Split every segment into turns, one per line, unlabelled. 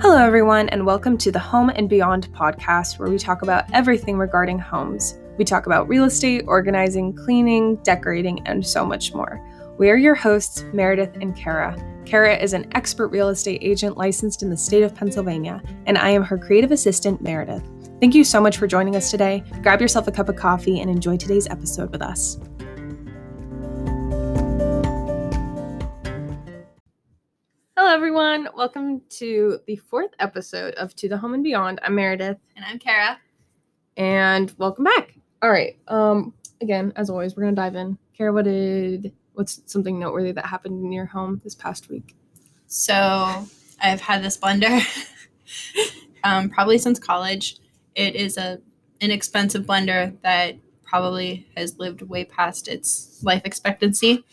Hello, everyone, and welcome to the Home and Beyond podcast, where we talk about everything regarding homes. We talk about real estate, organizing, cleaning, decorating, and so much more. We are your hosts, Meredith and Kara. Kara is an expert real estate agent licensed in the state of Pennsylvania, and I am her creative assistant, Meredith. Thank you so much for joining us today. Grab yourself a cup of coffee and enjoy today's episode with us. Hello, everyone. Welcome to the fourth episode of To the Home and Beyond. I'm Meredith,
And I'm Kara.
and welcome back. All right. Um. Again, as always, we're gonna dive in. Kara, what did? What's something noteworthy that happened in your home this past week?
So I've had this blender um, probably since college. It is a inexpensive blender that probably has lived way past its life expectancy.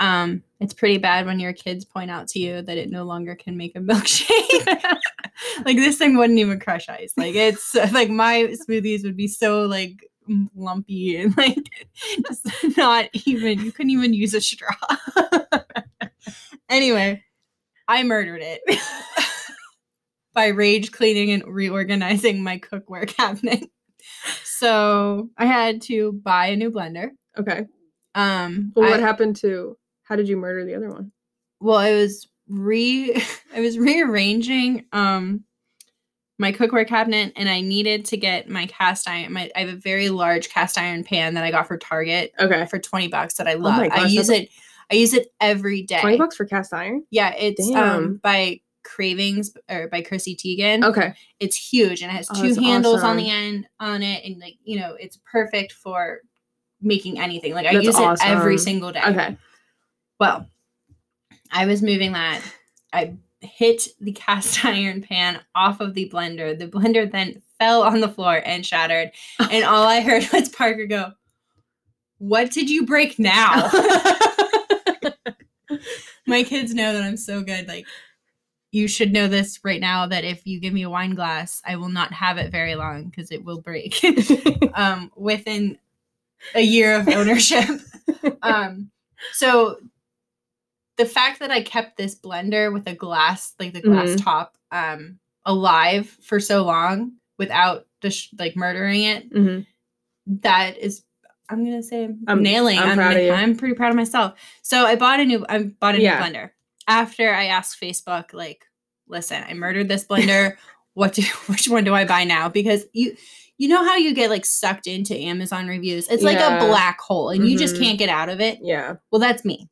Um, it's pretty bad when your kids point out to you that it no longer can make a milkshake. like this thing wouldn't even crush ice. Like it's like my smoothies would be so like lumpy and like just not even you couldn't even use a straw. anyway, I murdered it by rage cleaning and reorganizing my cookware cabinet. So I had to buy a new blender.
Okay.
Um,
Well, what
I-
happened to? How did you murder the other one?
well i was re i was rearranging um my cookware cabinet and i needed to get my cast iron my i have a very large cast iron pan that i got for target uh,
Okay.
for 20 bucks that i
Oh my
love i
gosh,
use
that's-
it i use it every day
Twenty bucks for cast iron.
yeah it's
Damn.
um by cravings or by chrissy teigen
Okay.
it's huge and it has
Oh,
two
that's
handles on
awesome.
the end on it and like you know it's perfect for making anything like i
That's
use it every
awesome.
single day
Okay.
well, I was moving that. I hit the cast iron pan off of the blender. The blender then fell on the floor and shattered. And all I heard was Parker go, What did you break now? My kids know that I'm so good. Like, you should know this right now that if you give me a wine glass, I will not have it very long because it will break um, within a year of ownership. um, so the fact that I kept this blender with a glass, like the
Mm-hmm.
glass top, um, alive for so long without just like murdering it,
Mhm.
that is, I'm gonna say I'm,
I'm-
nailing.
I'm proud of you.
I'm pretty proud of myself. So I bought a new, I bought a
Yeah.
new blender after I asked Facebook, like, listen, I murdered this blender. what do which one do I buy now? Because you you know how you get like sucked into Amazon reviews. It's like
Yeah.
a black hole and you just
Mhm.
can't get out of it.
Yeah.
Well, that's me.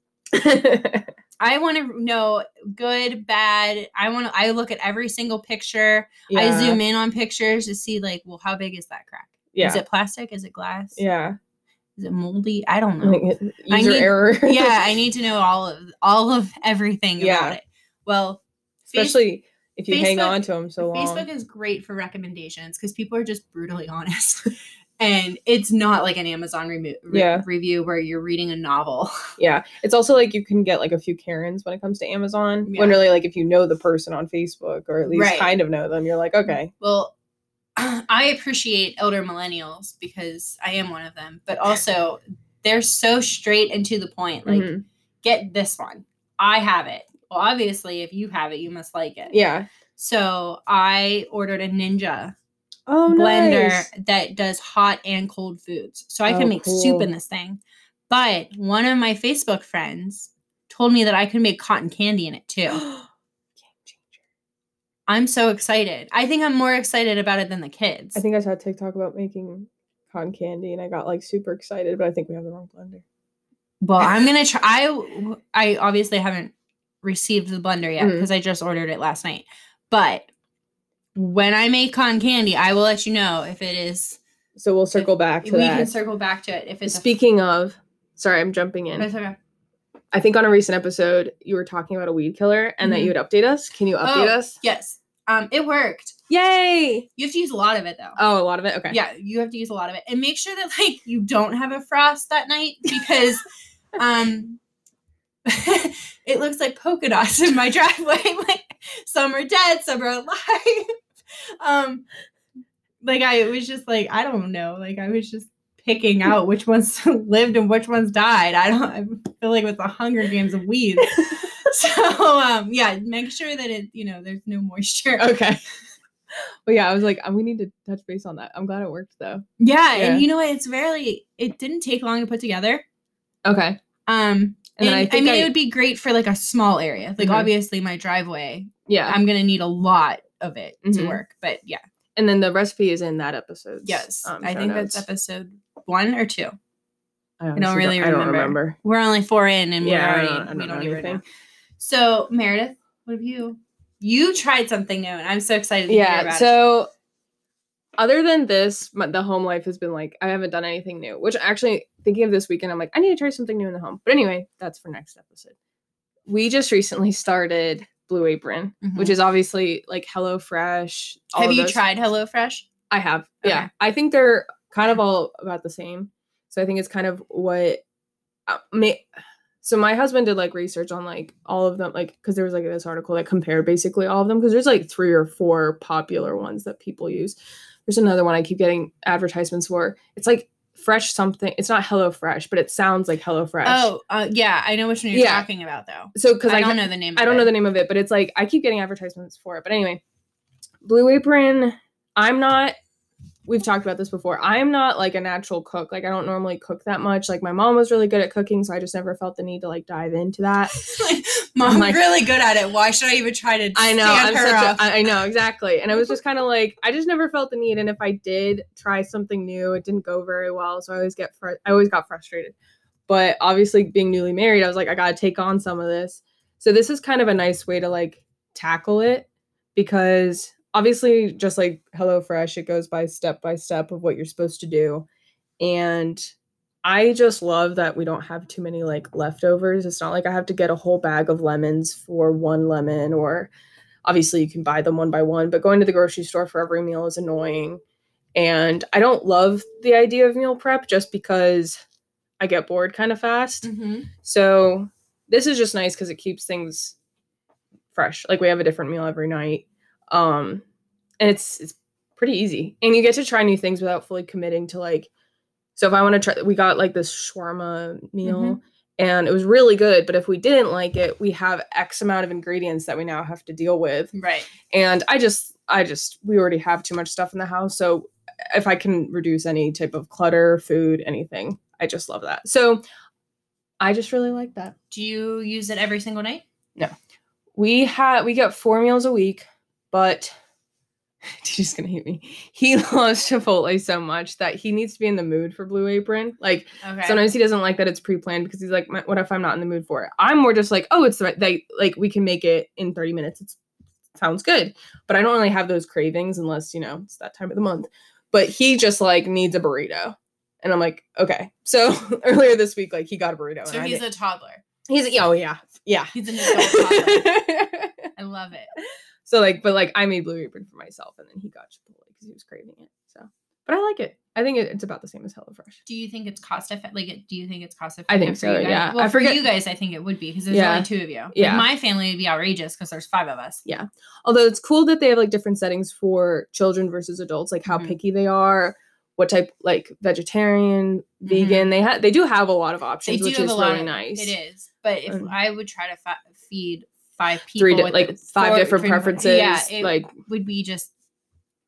I want to know good, bad. I want to I look at every single picture. I zoom in on pictures to see like, well, how big is that crack?
Yeah.
Is it plastic? Is it glass?
yeah.
Is it moldy? I don't know.
Like, user
I need-
error.
yeah, I need to know all of all of everything
Yeah.
about it. Well, face-
Especially if you hang
Facebook-
on to them so long.
Facebook is great for recommendations because people are just brutally honest. and it's not like an Amazon remo- re-
Yeah.
review where you're reading a novel.
Yeah. It's also like you can get like a few Karens when it comes to Amazon. When
Yeah.
really like if you know the person on Facebook or at least
Right.
kind of know them, you're like, okay.
Well, I appreciate elder millennials because I am one of them, but also they're so straight and to the point. Like,
Mhm.
get this one. I have it. Well, obviously, if you have it, you must like it.
Yeah.
So I ordered a Ninja
Oh
blender
nice.
that does hot and cold foods. So I
Oh,
can make soup
cool.
in this thing. But one of my Facebook friends told me that I could make cotton candy in it too.
Game changer.
I'm so excited. I think I'm more excited about it than the kids.
I think I saw a TikTok about making cotton candy and I got like super excited, but I think we have the wrong blender.
well, I'm going to try I I obviously haven't received the blender yet
Mm.
because I just ordered it last night. But when I make cotton candy, I will let you know if it is
So we'll circle back
we
to that.
can circle back to it if it's a-
Speaking of, sorry, I'm jumping in.
That's okay.
I think on a recent episode you were talking about a weed killer and that
Mhm.
you would update us. Can you update
Oh.
us?
Yes. Um it worked.
Yay!
You have to use a lot of it though.
Oh, a lot of it. Okay.
yeah you have to use a lot of it and make sure that like you don't have a frost that night because um it looks like polka dots in my driveway like some are dead some are alive um like i was just like i don't know like i was just picking out which ones lived and which ones died i don't i feel like it was the hunger games of weeds So um, yeah, make sure that it you know there's no moisture.
Okay. Well, yeah, I was like, um, we need to touch base on that. I'm glad it worked though.
Yeah,
Yeah.
and you know what? It's really it didn't take long to put together.
Okay.
Um,
And then I
and- I,
think
mean,
I-
it would be great for like a small area. Like
Mhm.
obviously, my driveway,
Yeah.
I'm gonna need a lot of it
Mhm.
to work. But yeah,
and then the recipe is in that episode.
yes,
um,
I think that's episode one or two.
I, honestly
don't really
I don't
remember.
remember.
We're only four in, and
Yeah,
we're
I don't- I
already
don't
we don't
know
even know.
anything.
So Meredith, what have you? You tried something new, and I'm so excited. To hear
yeah
about it.
so other than this my, the home life has been like i haven't done anything new which actually thinking of this weekend i'm like i need to try something new in the home but anyway that's for next episode we just recently started blue apron which
Mhm.
is obviously like hello fresh all
have
of
you
those-
tried HelloFresh?
i have yeah
Okay.
i think they're kind of all about the same so i think it's kind of what uh, may, so my husband did like research on like all of them like because there was like this article that compared basically all of them because there's like three or four popular ones that people use there's another one i keep getting advertisements for it's like fresh something it's not hello fresh but it sounds like hello fresh
Oh, uh, yeah, I know which one you're
Yeah.
talking about though.
so because
I,
i,
don't know the name.
I
of
don't
it.
know the name of it, but it's like I keep getting advertisements for it. But anyway, Blue Apron, I'm not we've talked about this before. I'm not like a natural cook. Like I don't normally cook that much. Like my mom was really good at cooking, so I just never felt the need to like dive into that.
Like, Mom's
I'm like-
really good at it. Why should I even try to?
I know. I'm
stand
such
her
a,
up?
I I know exactly. And I was just kind of like, I just never felt the need. And if I did try something new, it didn't go very well. So I always get fr- I always got frustrated. But obviously, being newly married, I was like, I gotta take on some of this. So this is kind of a nice way to like tackle it because obviously, just like HelloFresh, it goes by step by step of what you're supposed to do, and I just love that we don't have too many like leftovers. It's not like I have to get a whole bag of lemons for one lemon, or obviously you can buy them one by one, but going to the grocery store for every meal is annoying. And I don't love the idea of meal prep just because I get bored kind of fast.
Mhm.
So this is just nice because it keeps things fresh. Like we have a different meal every night. Um and it's it's pretty easy. And you get to try new things without fully committing to like so if I want to try we got like this shawarma meal
Mhm.
and it was really good, but if we didn't like it, we have X amount of ingredients that we now have to deal with
Right.
and i just i just we already have too much stuff in the house so if i can reduce any type of clutter food anything i just love that so i just really like that
Do you use it every single night?
we had we get four meals a week but she's gonna hate me he loves chipotle so much that he needs to be in the mood for blue apron like
Okay.
sometimes he doesn't like that it's pre-planned because he's like "My- what if i'm not in the mood for it i'm more just like oh it's right they like we can make it in 30 minutes it's sounds good but i don't really have those cravings unless you know it's that time of the month but he just like needs a burrito and i'm like okay so earlier this week like he got a burrito
so
and
he's
I
a toddler.
didn't- he's oh yeah yeah
He's an adult toddler. I love it.
so like but like i made blue apron for myself and then he got chipotle because he was craving it so but i like it i think it, it's about the same as HelloFresh.
Do you think it's cost effective? Like, do you think it's cost effective?
I think
for
so,
You guys?
yeah.
Well,
I forget-
for you guys, I think it would be because there's
Yeah.
only two of you. Like,
Yeah.
my family would be outrageous because there's five of us.
although it's cool that they have like different settings for children versus adults like how
Mhm.
picky they are what type like vegetarian
Mm-hmm.
vegan they have they do have a lot of options which is really nice
It is, but if
Um,
I would try to fi- feed five people,
three di-
with
like
the
five
four-
different
three
preferences
yeah, it
like
would be just.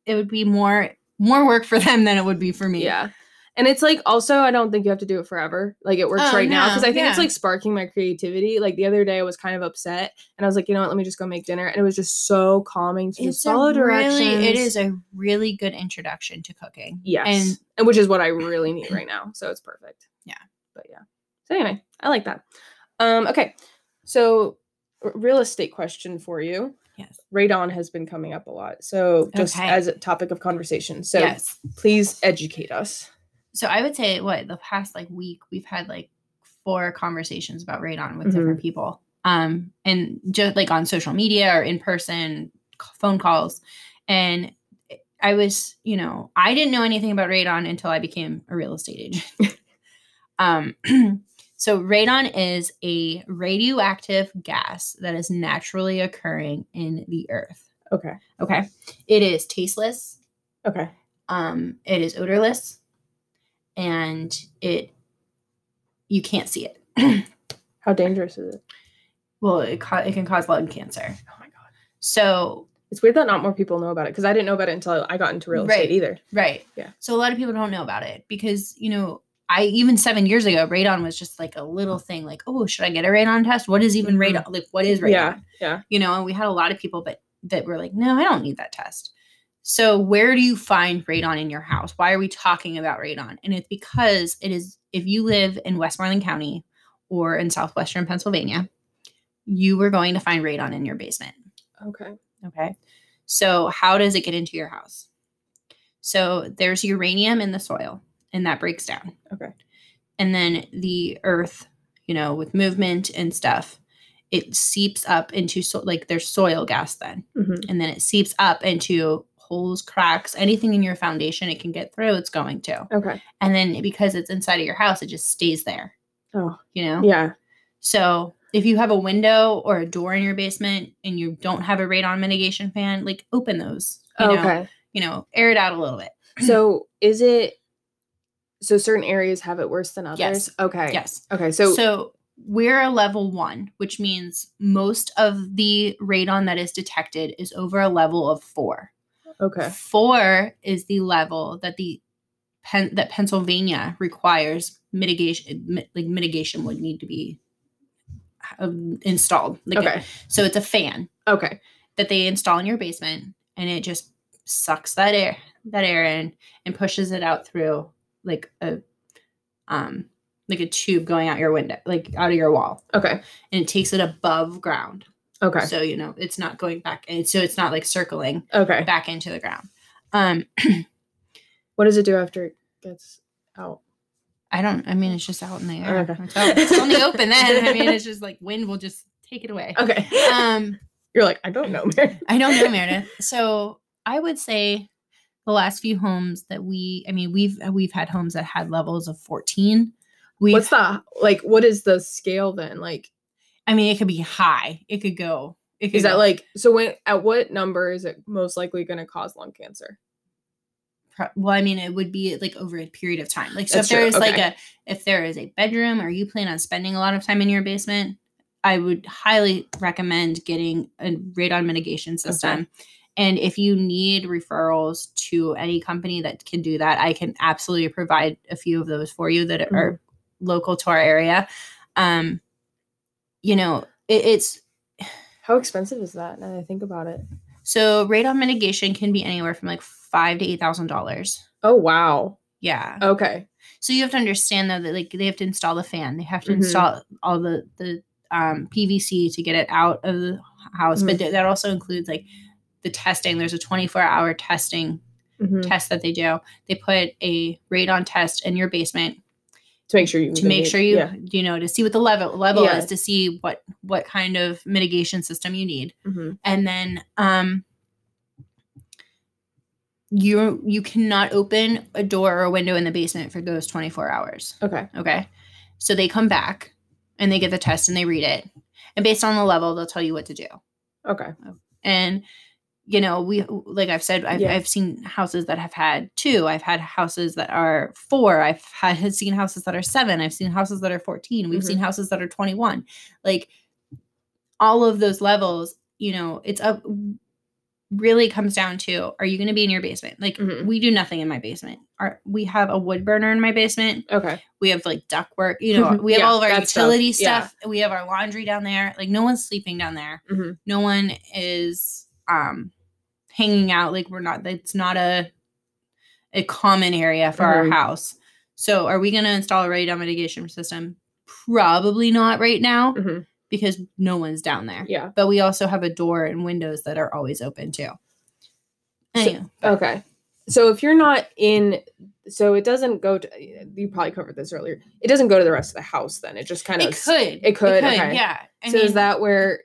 It would be more more work for them than it would be for me.
yeah and it's like also i don't think you have to do it forever like it works
Oh,
right now because
no,
i think it's
yeah.
like sparking my creativity like the other day i was kind of upset and i was like you know what let me just go make dinner and it was just so calming to just
It's a
follow directions
really, it is a really good introduction to cooking.
Yes. And,
And-
which is what I really need right now. So it's perfect.
Yeah.
But yeah. So anyway, I like that. Um, okay. So r- real estate question for you.
Yes.
Radon has been coming up a lot. So just
Okay.
as a topic of conversation. So
yes.
please educate us.
so I would say what the past like week we've had like four conversations about radon with
Mhm.
different people, um, and just like on social media or in person c- phone calls, and I was you know I didn't know anything about radon until I became a real estate agent. um, so radon is a radioactive gas that is naturally occurring in the earth.
Okay.
Okay, it is tasteless.
Okay.
Um, it is odorless, and it you can't see it.
How dangerous is it?
Well, it ca- it can cause lung cancer.
Oh my god.
So
It's weird that not more people know about it because I didn't know about it until I got into real
Right.
estate either.
Right.
Yeah.
So a lot of people don't know about it because, you know, I even seven years ago, radon was just like a little thing, like, oh, should I get a radon test? What is even
Mhm.
radon? Like, what is radon?
Yeah, yeah.
You know, and we had a lot of people but that were like, no, I don't need that test. So where do you find radon in your house? Why are we talking about radon? And it's because it is if you live in Westmoreland County or in southwestern Pennsylvania, you are going to find radon in your basement.
Okay.
Okay. So, how does it get into your house? So, there's uranium in the soil and that breaks down.
Okay.
And then the earth, you know, with movement and stuff, it seeps up into so- like there's soil gas then.
Mhm.
And then it seeps up into holes, cracks, anything in your foundation it can get through, it's going to.
Okay.
And then because it's inside of your house, it just stays there.
Oh.
You know?
Yeah.
So if you have a window or a door in your basement and you don't have a radon mitigation fan, like open those. You Know,
Oh, Okay.
you know, air it out a little bit.
So is it so certain areas have it worse than others?
Yes.
Okay.
Yes.
Okay. So,
So, we're a level one, which means most of the radon that is detected is over a level of four.
okay.
Four is the level that the Pen- that Pennsylvania requires mitigation, mi- like mitigation would need to be um, installed. Like
okay.
so it's a fan.
Okay.
that they install in your basement and it just sucks that air that air in and pushes it out through like a um like a tube going out your window like out of your wall
Okay.
and it takes it above ground
Okay.
so you know it's not going back and so it's not like circling
Okay.
back into the ground um
What does it do after it gets out?
i don't i mean it's just out in the air
Okay.
it's, out, it's on the open then i mean it's just like wind will just take it away
Okay.
um
You're like, I don't know, man.
I don't know, Meredith. So I would say the last few homes that we, I mean, we've we've had homes that had levels of fourteen. We,
What's the like? What is the scale then? Like,
I mean, it could be high. It could go. It could
is that
go
like so? When at what number is it most likely going to cause lung cancer?
pro- Well, I mean, it would be like over a period of time. Like, so
That's
if there
true,
is like
okay.
a, if there is a bedroom, or you plan on spending a lot of time in your basement, I would highly recommend getting a radon mitigation system. And if you need referrals to any company that can do that, I can absolutely provide a few of those for you that are
Mm-hmm.
local to our area. Um, you know, it, it's
How expensive is that? Now that I think about it.
so radon mitigation can be anywhere from like five to eight thousand dollars.
Oh wow.
Yeah.
Okay.
So you have to understand though that like they have to install the fan. They have to
Mhm.
install all the the um, PVC to get it out of the house.
Mm-hmm.
But th- that also includes like the testing. There's a 24 hour testing
Mhm.
test that they do. They put a radon test in your basement
To make sure you
to
even
make
need-
sure you
Yeah.
you know to see what the level level
Yeah.
is to see what what kind of mitigation system you need
Mhm.
and then um you you cannot open a door or a window in the basement for those 24 hours
Okay.
okay so they come back and they get the test and they read it and based on the level they'll tell you what to do
Okay.
and you know we like i've said i've,
Yeah.
I've seen houses that have had two i've had houses that are four i've had seen houses that are seven i've seen houses that are 14 we've seen houses that are 21 like all of those levels you know it's up really comes down to are you going to be in your basement like
Mhm.
we do nothing in my basement Our, we have a wood burner in my basement
Okay.
we have like duct work you know we have
Mm-hmm. Yeah,
all of our
that stuff,
utility
yeah.
stuff we have our laundry down there like no one's sleeping down there
Mhm.
no one is um hanging out like we're not that's not a a common area for
Mhm.
our house so are we going to install a radon mitigation system probably not right now
Mhm.
because no one's down there
Yeah.
but we also have a door and windows that are always open too
So-
anyway
Okay. So if you're not in, so it doesn't go to. You probably covered this earlier. It doesn't go to the rest of the house. Then it just kind of.
it could
it could, okay.
yeah I
so is
mean,
that where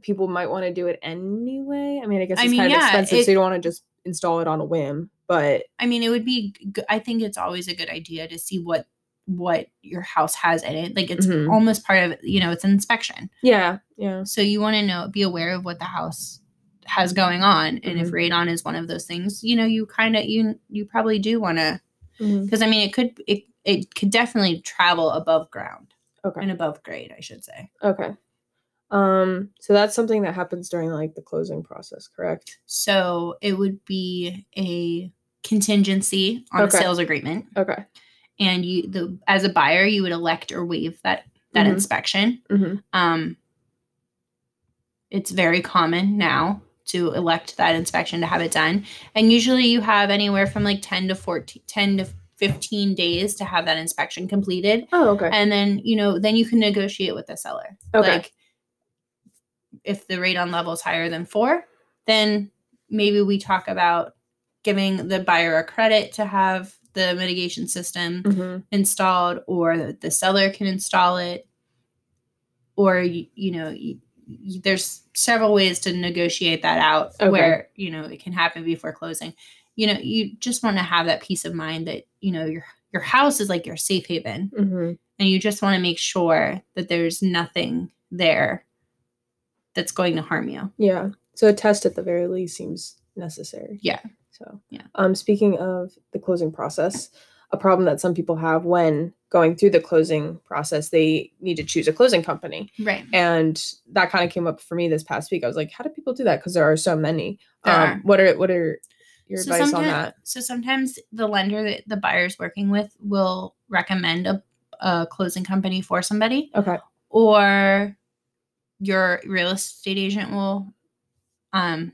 people might want to do it anyway? I mean, I guess
I
it's
mean,
kind of
yeah,
expensive,
it-
so you don't want to just install it on a whim. But
I mean, it would be. g- g- I think it's always a good idea to see what what your house has in it. Like it's
Mhm.
almost part of you know it's an inspection,
yeah, yeah.
so you want to know be aware of what the house has going on, and if
Mm-hmm.
radon is one of those things, you know you kind of you you probably do want to
Mm-hmm.
because I mean it could it it could definitely travel above ground
Okay.
and above grade, I should say.
Okay. Um, so that's something that happens during like the closing process, correct?
So it would be a contingency on
Okay.
a sales agreement,
Okay.
and you the as a buyer you would elect or waive that that
Mhm.
inspection.
Mm-hmm.
Um, it's very common now to elect that inspection to have it done, and usually you have anywhere from like ten to 14, 10 to fifteen days to have that inspection completed,
Oh, okay.
and then you know then you can negotiate with the seller.
Okay.
Like if the rate on level is higher than four, then maybe we talk about giving the buyer a credit to have the mitigation system
hmm
installed or the- the seller can install it or you, you know y y there's several ways to negotiate that out
Okay.
where you know it can happen before closing you know you just want to have that peace of mind that you know your your house is like your safe haven
hmm
and you just want to make sure that there's nothing there that's going to harm you.
Yeah. So a test at the very least seems necessary.
Yeah.
So
Yeah.
Um, speaking of the closing process, a problem that some people have when going through the closing process, they need to choose a closing company.
Right.
and that kind of came up for me this past week. I was like, how do people do that? Because there are so many.
There
um,
are.
What are what are your
So
advice on
sometimes-
that?
So sometimes the lender that the buyer's working with will recommend a, a closing company for somebody,
Okay.
or your real estate agent will um,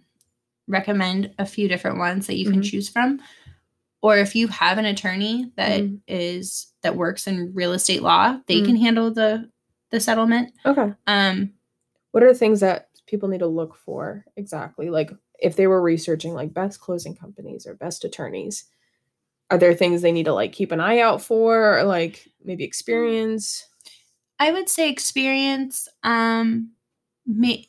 recommend a few different ones that you can
Mhm.
choose from. Or if you have an attorney that is
Mhm.
that works in real estate law, they
Mhm.
can handle the the settlement.
Okay.
Um,
What are things that people need to look for exactly? Like if they were researching like best closing companies or best attorneys, are there things they need to like keep an eye out for or like maybe experience?
I would say experience. Um, may-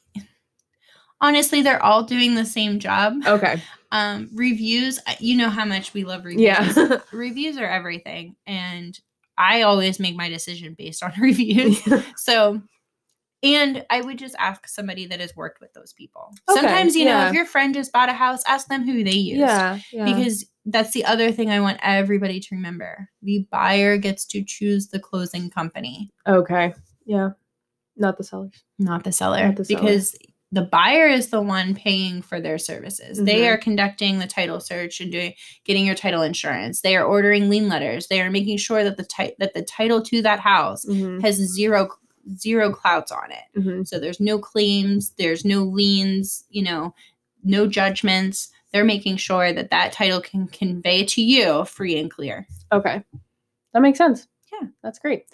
honestly, they're all doing the same job.
Okay.
Um, reviews. I- You know how much we love reviews.
Yeah.
reviews are everything, and I always make my decision based on reviews. so, and I would just ask somebody that has worked with those people.
Okay,
Sometimes, you know,
yeah.
if your friend just bought a house, ask them who they used.
yeah. Yeah.
Because that's the other thing I want everybody to remember. The buyer gets to choose the closing company
okay. Yeah. Not the sellers.
not the seller
Not the seller.
because the buyer is the one paying for their services they
Mm-hmm.
are conducting the title search and doing getting your title insurance they are ordering lien letters they are making sure that the ti- that the title to that house
Mm-hmm.
has zero zero clouds on it
Mm-hmm.
so there's no claims there's no liens you know no judgments they're making sure that that title can convey to you free and clear
Okay. That makes sense.
Yeah.
That's great.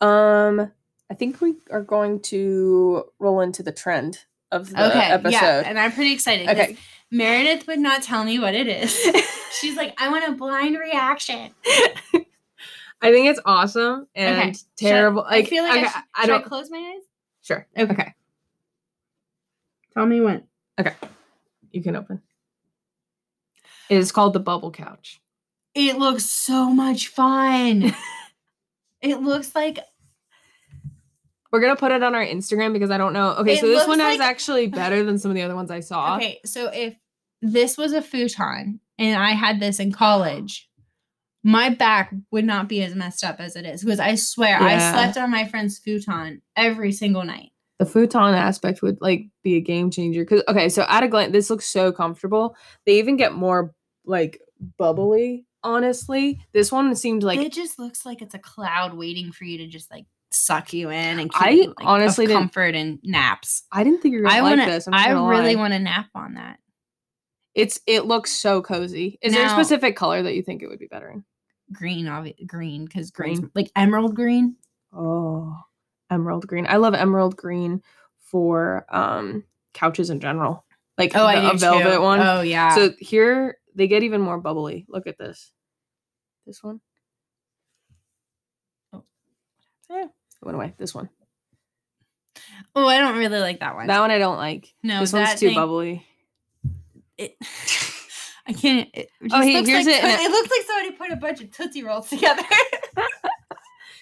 Um I think we are going to roll into the trend of the
okay
episode.
yeah and i'm pretty excited 'cause
okay.
meredith would not tell me what it is She's like, I want a blind reaction.
I think it's awesome and
Okay.
terrible.
Should- I
Like,
feel like I
okay,
sh-
I
should
don't
close my eyes?
sure.
Okay. Tell me when.
You can open. It is called the bubble couch.
It looks so much fun. it looks like
We're gonna put it on our Instagram because I don't know. Okay,
It
so this
looks
one is
like-
actually better than some of the other ones I saw.
okay. So if this was a futon and I had this in college, my back would not be as messed up as it is because I swear I
Yeah.
slept on my friend's futon every single night.
the futon aspect would like be a game changer because okay so at a glance this looks so comfortable they even get more like bubbly honestly this one seemed like
it just looks like it's a cloud waiting for you to just like suck you in and keep
I
you, like, of
honestly didn't-
comfort and naps.
i didn't think you were gonna
I
like
want
this
to.
I'm
I really
want
want to nap on that.
it's it looks so cozy is there a
Now-
specific color that you think it would be better in
Green, obvi- green, because green,
Green.
like emerald green.
oh emerald green i love emerald green for um couches in general like the, a velvet one
Oh yeah.
So here they get even more bubbly. Look at this. This one.
Oh.
Yeah. It went away. This one.
oh, I don't really like that one.
That one I don't like.
no,
this one's
that
too
thing-
bubbly.
It, I can't. It just
he-
looks
Oh, here's
like,
it in
Toot-
a-
it looks like somebody put a bunch of tootsie rolls together.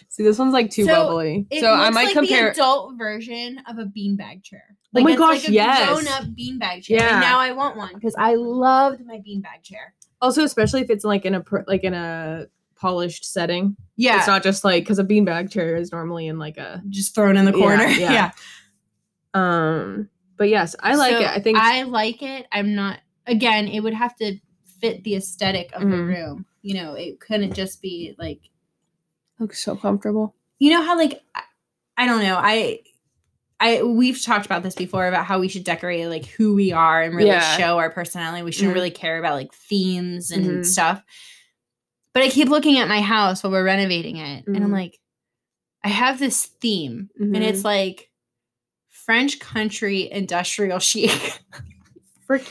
See, this one's like too
So,
bubbly.
It
So I
looks
might
like
compare.
The adult version of a beanbag chair.
Oh my
it's
gosh,
like a
yes.
Grown up beanbag chair.
Yeah.
And now I want one because I loved my beanbag chair.
also, especially if it's like in a pr- like in a polished setting.
Yeah.
It's not just like because a beanbag chair is normally in like a
just thrown in the
Yeah,
corner.
yeah.
Yeah.
Um, but yes, I like
So
it. I think
I like it. I'm not again, it would have to fit the aesthetic of the
Mhm.
room. You know, it couldn't just be like
looks so comfortable.
you know how like I- I don't know. I I we've talked about this before about how we should decorate like who we are and really
Yeah.
show our personality. We shouldn't
Mhm.
really care about like themes and
Mhm.
stuff. But I keep looking at my house while we're renovating it and I'm
Mhm.
like I have this theme and
Mm-hmm.
it's like French country industrial chic.
Frick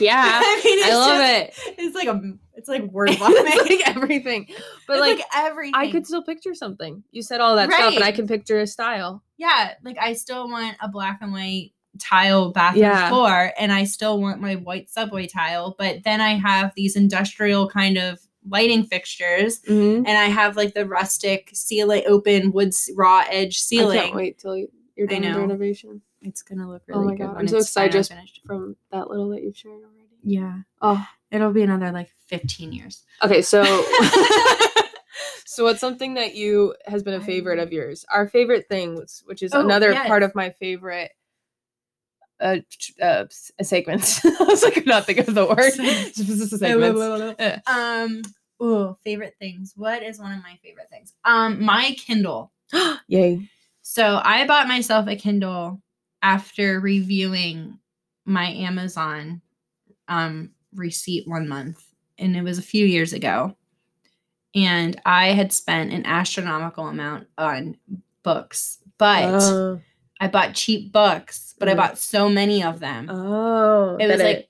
yeah.
mean,
Mm-hmm. I love it.
it. It's like a it's like word
It's like everything. But like,
everything.
I could still picture something. You said all that stuff and I
Right.
can picture a style.
yeah, like I still want a black and white tile bathroom
Yeah.
floor, and I still want my white subway tile. But then I have these industrial kind of lighting fixtures,
Mm-hmm.
and I have like the rustic ceiling, open wood s- raw edge
I
ceiling.
can't wait till you- you're
I
done with the
know.
renovation
It's gonna look
Oh
really
my
good.
God, I'm
when
so
it's
excited
finally
just-
finished.
from that little that you've shared already.
Yeah,
Oh,
it'll be another like 15 years.
okay. So, so what's something that you has been a
I-
favorite of yours? Our favorite things, which is
Oh,
another
yes.
part of my favorite. Uh, ch- uh, s- segments. I was like, I'm not thinking of the word. segments. Eh.
um oh favorite things what is one of my favorite things um my kindle
Yay.
so i bought myself a kindle after reviewing my amazon um receipt one month and it was a few years ago and i had spent an astronomical amount on books but
oh,
i bought cheap books but i
Mm.
bought so many of them
oh,
it was
that
like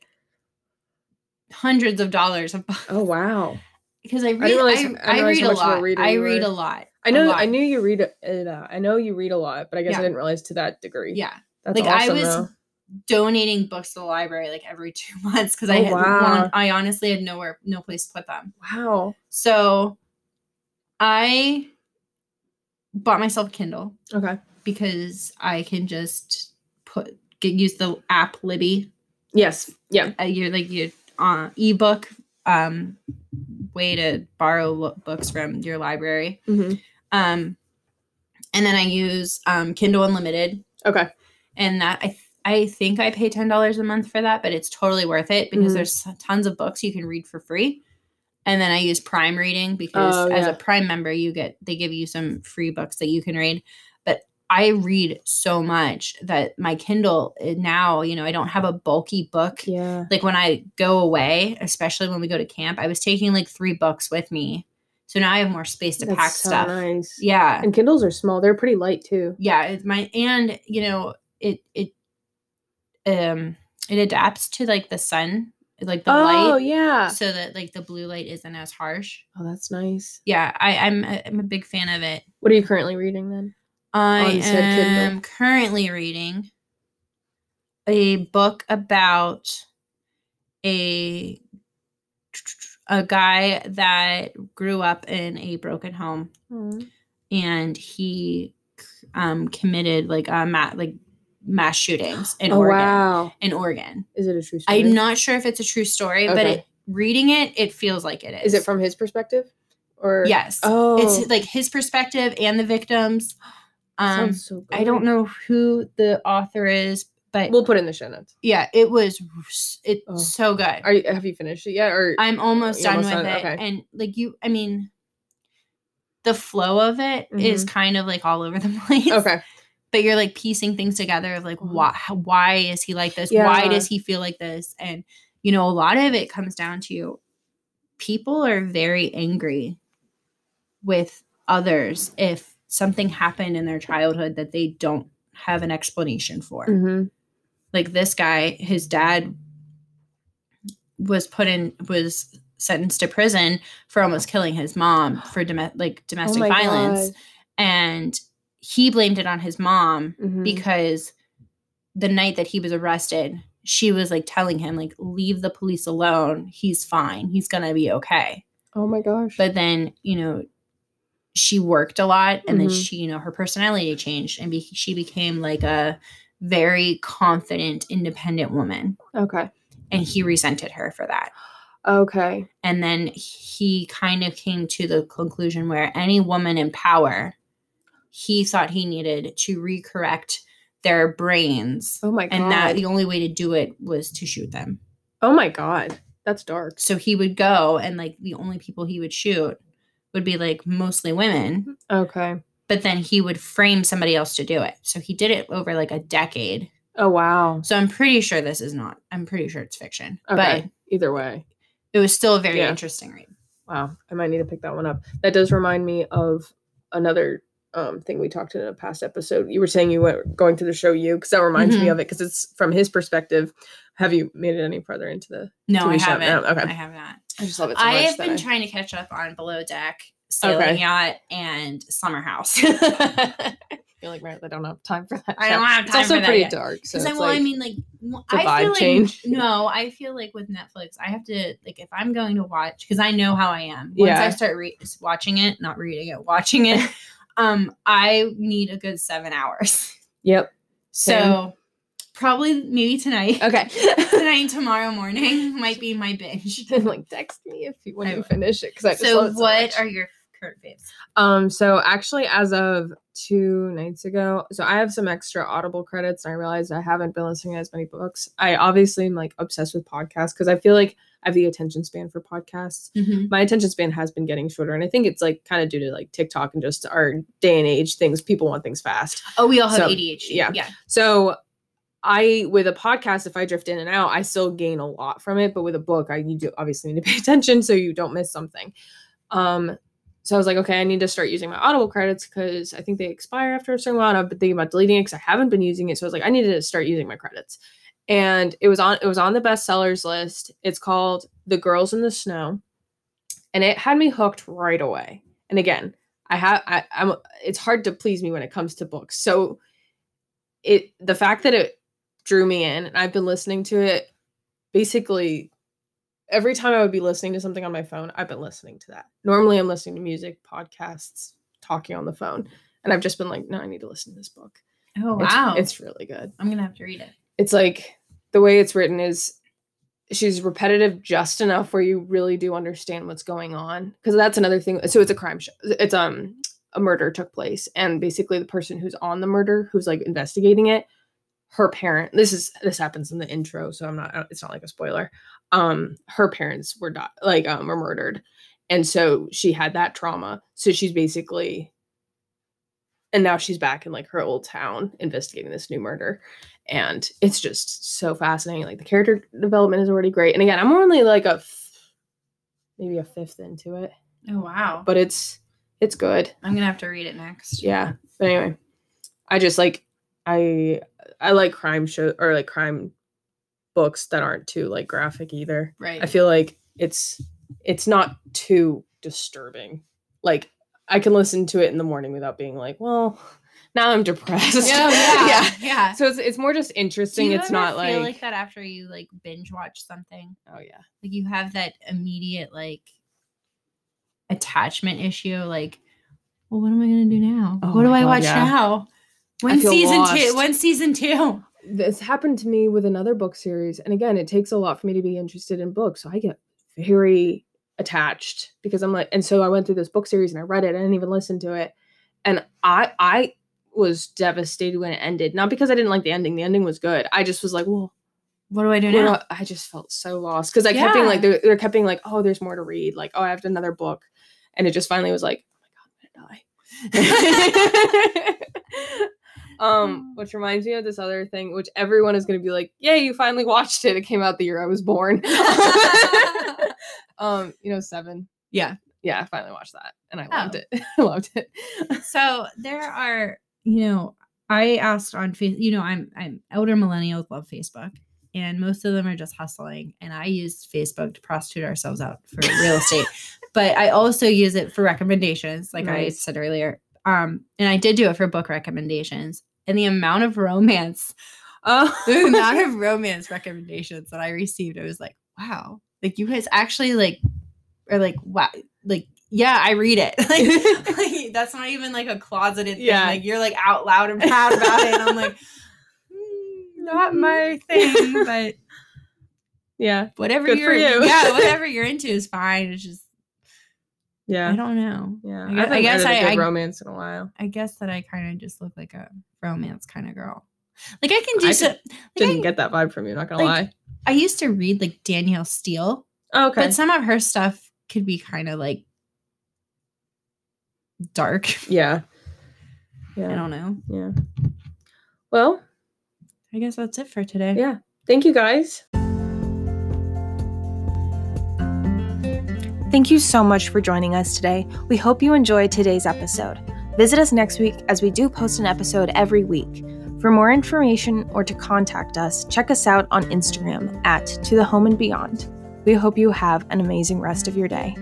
hundreds of dollars of books
oh wow.
because I read. I,
didn't realize- I didn't
I,
realize
read
how
a
much of a
lot.
reader
I
you
read
were.
a lot.
I
a
know.
lot.
I knew you read it. Out. I know you read a lot, but I guess
Yeah.
I didn't realize to that degree.
Yeah,
That's
like I
awesome,
was
though.
donating books to the library like every two months because I
Oh,
had.
wow.
Long, I honestly had nowhere, no place to put them.
Wow.
So, I bought myself a Kindle
Okay.
because I can just put get use the app Libby.
Yes. Yeah.
Uh, your like your uh, ebook um way to borrow lo- books from your library.
hmm
Um, and then I use um, Kindle Unlimited
Okay.
and that I th- I think I pay ten dollars a month for that, but it's totally worth it because
Mhm.
there's tons of books you can read for free. And then I use Prime Reading because
Oh,
as
yeah.
a Prime member, you get they give you some free books that you can read. But I read so much that my Kindle eh, now, you know, I don't have a bulky book.
Yeah.
Like when I go away, especially when we go to camp, I was taking like three books with me, so now I have more space to pack stuff.
nice.
Yeah,
And Kindles are small. They're pretty light too.
yeah it's my and you know it it um it adapts to like the sun like the
oh
light
yeah.
so that like the blue light isn't as harsh
Oh, that's nice.
yeah i i'm a, i'm a big fan of it
What are you currently reading then?
i
On said Kindle.
am currently reading a book about a a guy that grew up in a broken home and he um, committed like a ma- like mass shootings in
oh
Oregon.
wow.
In Oregon,
Is it a true story?
I'm not sure if it's a true story, but
Okay.
it, reading it, it feels like it is.
Is it from his perspective? Or
Yes,
Oh.
it's like his perspective and the victims. Um,
sounds so good.
I don't know who the author is, but
We'll put it in the show notes.
yeah, it was s- it's
Oh.
so good.
Are you, have you finished it yet? Or
I'm almost
You're
done
almost
with
done,
it.
okay.
And like you, I mean, the flow of it is kind of like all over the place.
Mm-hmm. okay.
but you're like piecing things together of like
Mhm.
why how- why is he like this why
Yeah.
does he feel like this and you know a lot of it comes down to people are very angry with others if something happened in their childhood that they don't have an explanation for
Mm-hmm.
like this guy his dad was put in was sentenced to prison for almost killing his mom for domes- like
Oh,
domestic violence and he blamed it on his mom
Mm. Mm-hmm.
because the night that he was arrested, she was like telling him like leave the police alone. He's fine. He's going to be okay.
oh my gosh.
But then, you know, she worked a lot and then
Mhm.
she, you know, her personality changed and be- she became like a very confident, independent woman
okay.
and he resented her for that.
Okay.
And then he kind of came to the conclusion where any woman in power, he thought he needed to recorrect their brains.
Oh my god.
And that the only way to do it was to shoot them.
oh my god. That's dark.
So he would go and like the only people he would shoot would be like mostly women,
Okay.
but then he would frame somebody else to do it. So he did it over like a decade.
Oh wow.
So I'm pretty sure this is not, I'm pretty sure it's fiction,
Okay.
but
Either way.
it was still a very
Yeah.
interesting read.
Wow. I might need to pick that one up. That does remind me of another um, thing we talked in a past episode. You were saying you went going to the show you because that reminds me
Mhm.
of it because it's from his perspective. Have you made it any further into the?
No,
Do we
I
shout-
haven't.
no, okay.
I have not.
I just love it. So
I
much
have
that
been
I-
trying to catch up on Below Deck, Sailing
Okay.
Yacht, and Summer House. I
feel like right, I don't have time for that.
don't have time
It's also
for that
pretty
yet.
dark. So
'Cause
it's
I, well, I
like-
mean, like, w-
a
I
vibe
feel like
change.
no, I feel like with Netflix, I have to like if I'm going to watch because I know how I am. Once
Yeah.
I start re- watching it, not reading it, watching it, um, I need a good seven hours.
yep.
So
Same.
probably maybe tonight.
Okay.
tonight and tomorrow morning might be my binge.
And like text me if you when
I
you
will.
finish it because I just
So
love it so
what
much.
are your current faves?
Um, so actually, as of two nights ago, so I have some extra Audible credits, and I realized I haven't been listening to as many books. I obviously am like obsessed with podcasts because I feel like I have the attention span for podcasts. My attention span has been getting shorter, and I think it's like kind of due to like TikTok and just our day and age things. People want things fast.
Oh, we all have
So,
ADHD.
yeah.
yeah.
So I with a podcast, if I drift in and out, I still gain a lot from it. But with a book, I you do obviously need to pay attention so you don't miss something. Um so I was like, okay, I need to start using my Audible credits because I think they expire after a certain amount. I've been thinking about deleting it because I haven't been using it. So I was like, I need to start using my credits. And it was on it was on the bestsellers list. It's called The Girls in the Snow. And it had me hooked right away. And again, I have I, I'm it's hard to please me when it comes to books. So it the fact that it drew me in and I've been listening to it basically every time I would be listening to something on my phone, I've been listening to that. Normally I'm listening to music, podcasts, talking on the phone. And I've just been like, no, I need to listen to this book.
Oh
It's-
wow.
It's really good.
I'm gonna have to read it.
It's like the way it's written is she's repetitive just enough where you really do understand what's going on because that's another thing so it's a crime show it's um a murder took place and basically the person who's on the murder who's like investigating it her parent this is this happens in the intro so i'm not it's not like a spoiler um her parents were not like um were murdered and so she had that trauma so she's basically and now she's back in like her old town investigating this new murder and it's just so fascinating like the character development is already great and again i'm only like a f- maybe a fifth into it
Oh wow.
but it's it's good
I'm gonna have to read it next.
yeah but anyway i just like i i like crime show or like crime books that aren't too like graphic either
Right.
i feel like it's it's not too disturbing like i can listen to it in the morning without being like well now i'm depressed
Yeah, yeah, yeah. yeah.
so it's, it's more just interesting it's not
feel
like,
like that after you like binge watch something?
oh yeah
Like you have that immediate like attachment issue. Like, well, what am I gonna do now?
Oh
what do
my
I
God,
watch
yeah.
now? When
feel
season
lost.
two? When season two?
this happened to me with another book series and again it takes a lot for me to be interested in books so i get very attached because i'm like and so i went through this book series and i read it i didn't even listen to it and i i was devastated when it ended not because i didn't like the ending the ending was good i just was like well
What do I do
what do
now?
I, I just felt so lost because i kept being like
Yeah.
there, there kept being like oh there's more to read like oh i have another book and it just finally was like oh my god i'm gonna die um, which reminds me of this other thing, which everyone is going to be like, "Yay, you finally watched it! It came out the year I was born." um, you know, seven.
Yeah.
yeah, I finally watched that, and I loved
Oh.
it. I loved it.
so there are you know i asked on face you know i'm i'm elder millennials love facebook and most of them are just hustling and i use facebook to prostitute ourselves out for real estate but i also use it for recommendations like i
Nice.
said earlier um and i did do it for book recommendations and the amount of romance the
Oh,
amount of romance recommendations that i received i was like wow like you guys actually like are like wow like yeah i read it like like, that's not even like a closeted thing.
Yeah.
Like you're like out loud and proud about it. And I'm like, "Mm, not my thing, but
yeah,
whatever
Good for
you're
you.
yeah, whatever you're into is fine. It's just I
yeah,
don't know.
yeah.
I guess- I
haven't
guess
read a
I-
good
I-
romance in a while.
I guess that I kind of just look like a romance kind of girl. Like I can do
I
so. like,
Didn't
I,
get that vibe from you, not gonna
like,
lie.
I used to read like Danielle Steele,
Oh, okay.
but some of her stuff could be kind of like dark.
yeah. Yeah.
I don't know.
Yeah. Well,
I guess that's it for today.
yeah. Thank you guys.
Thank you so much for joining us today. We hope you enjoyed today's episode. Visit us next week as we do post an episode every week. For more information or to contact us, check us out on Instagram at To The Home and Beyond. We hope you have an amazing rest of your day.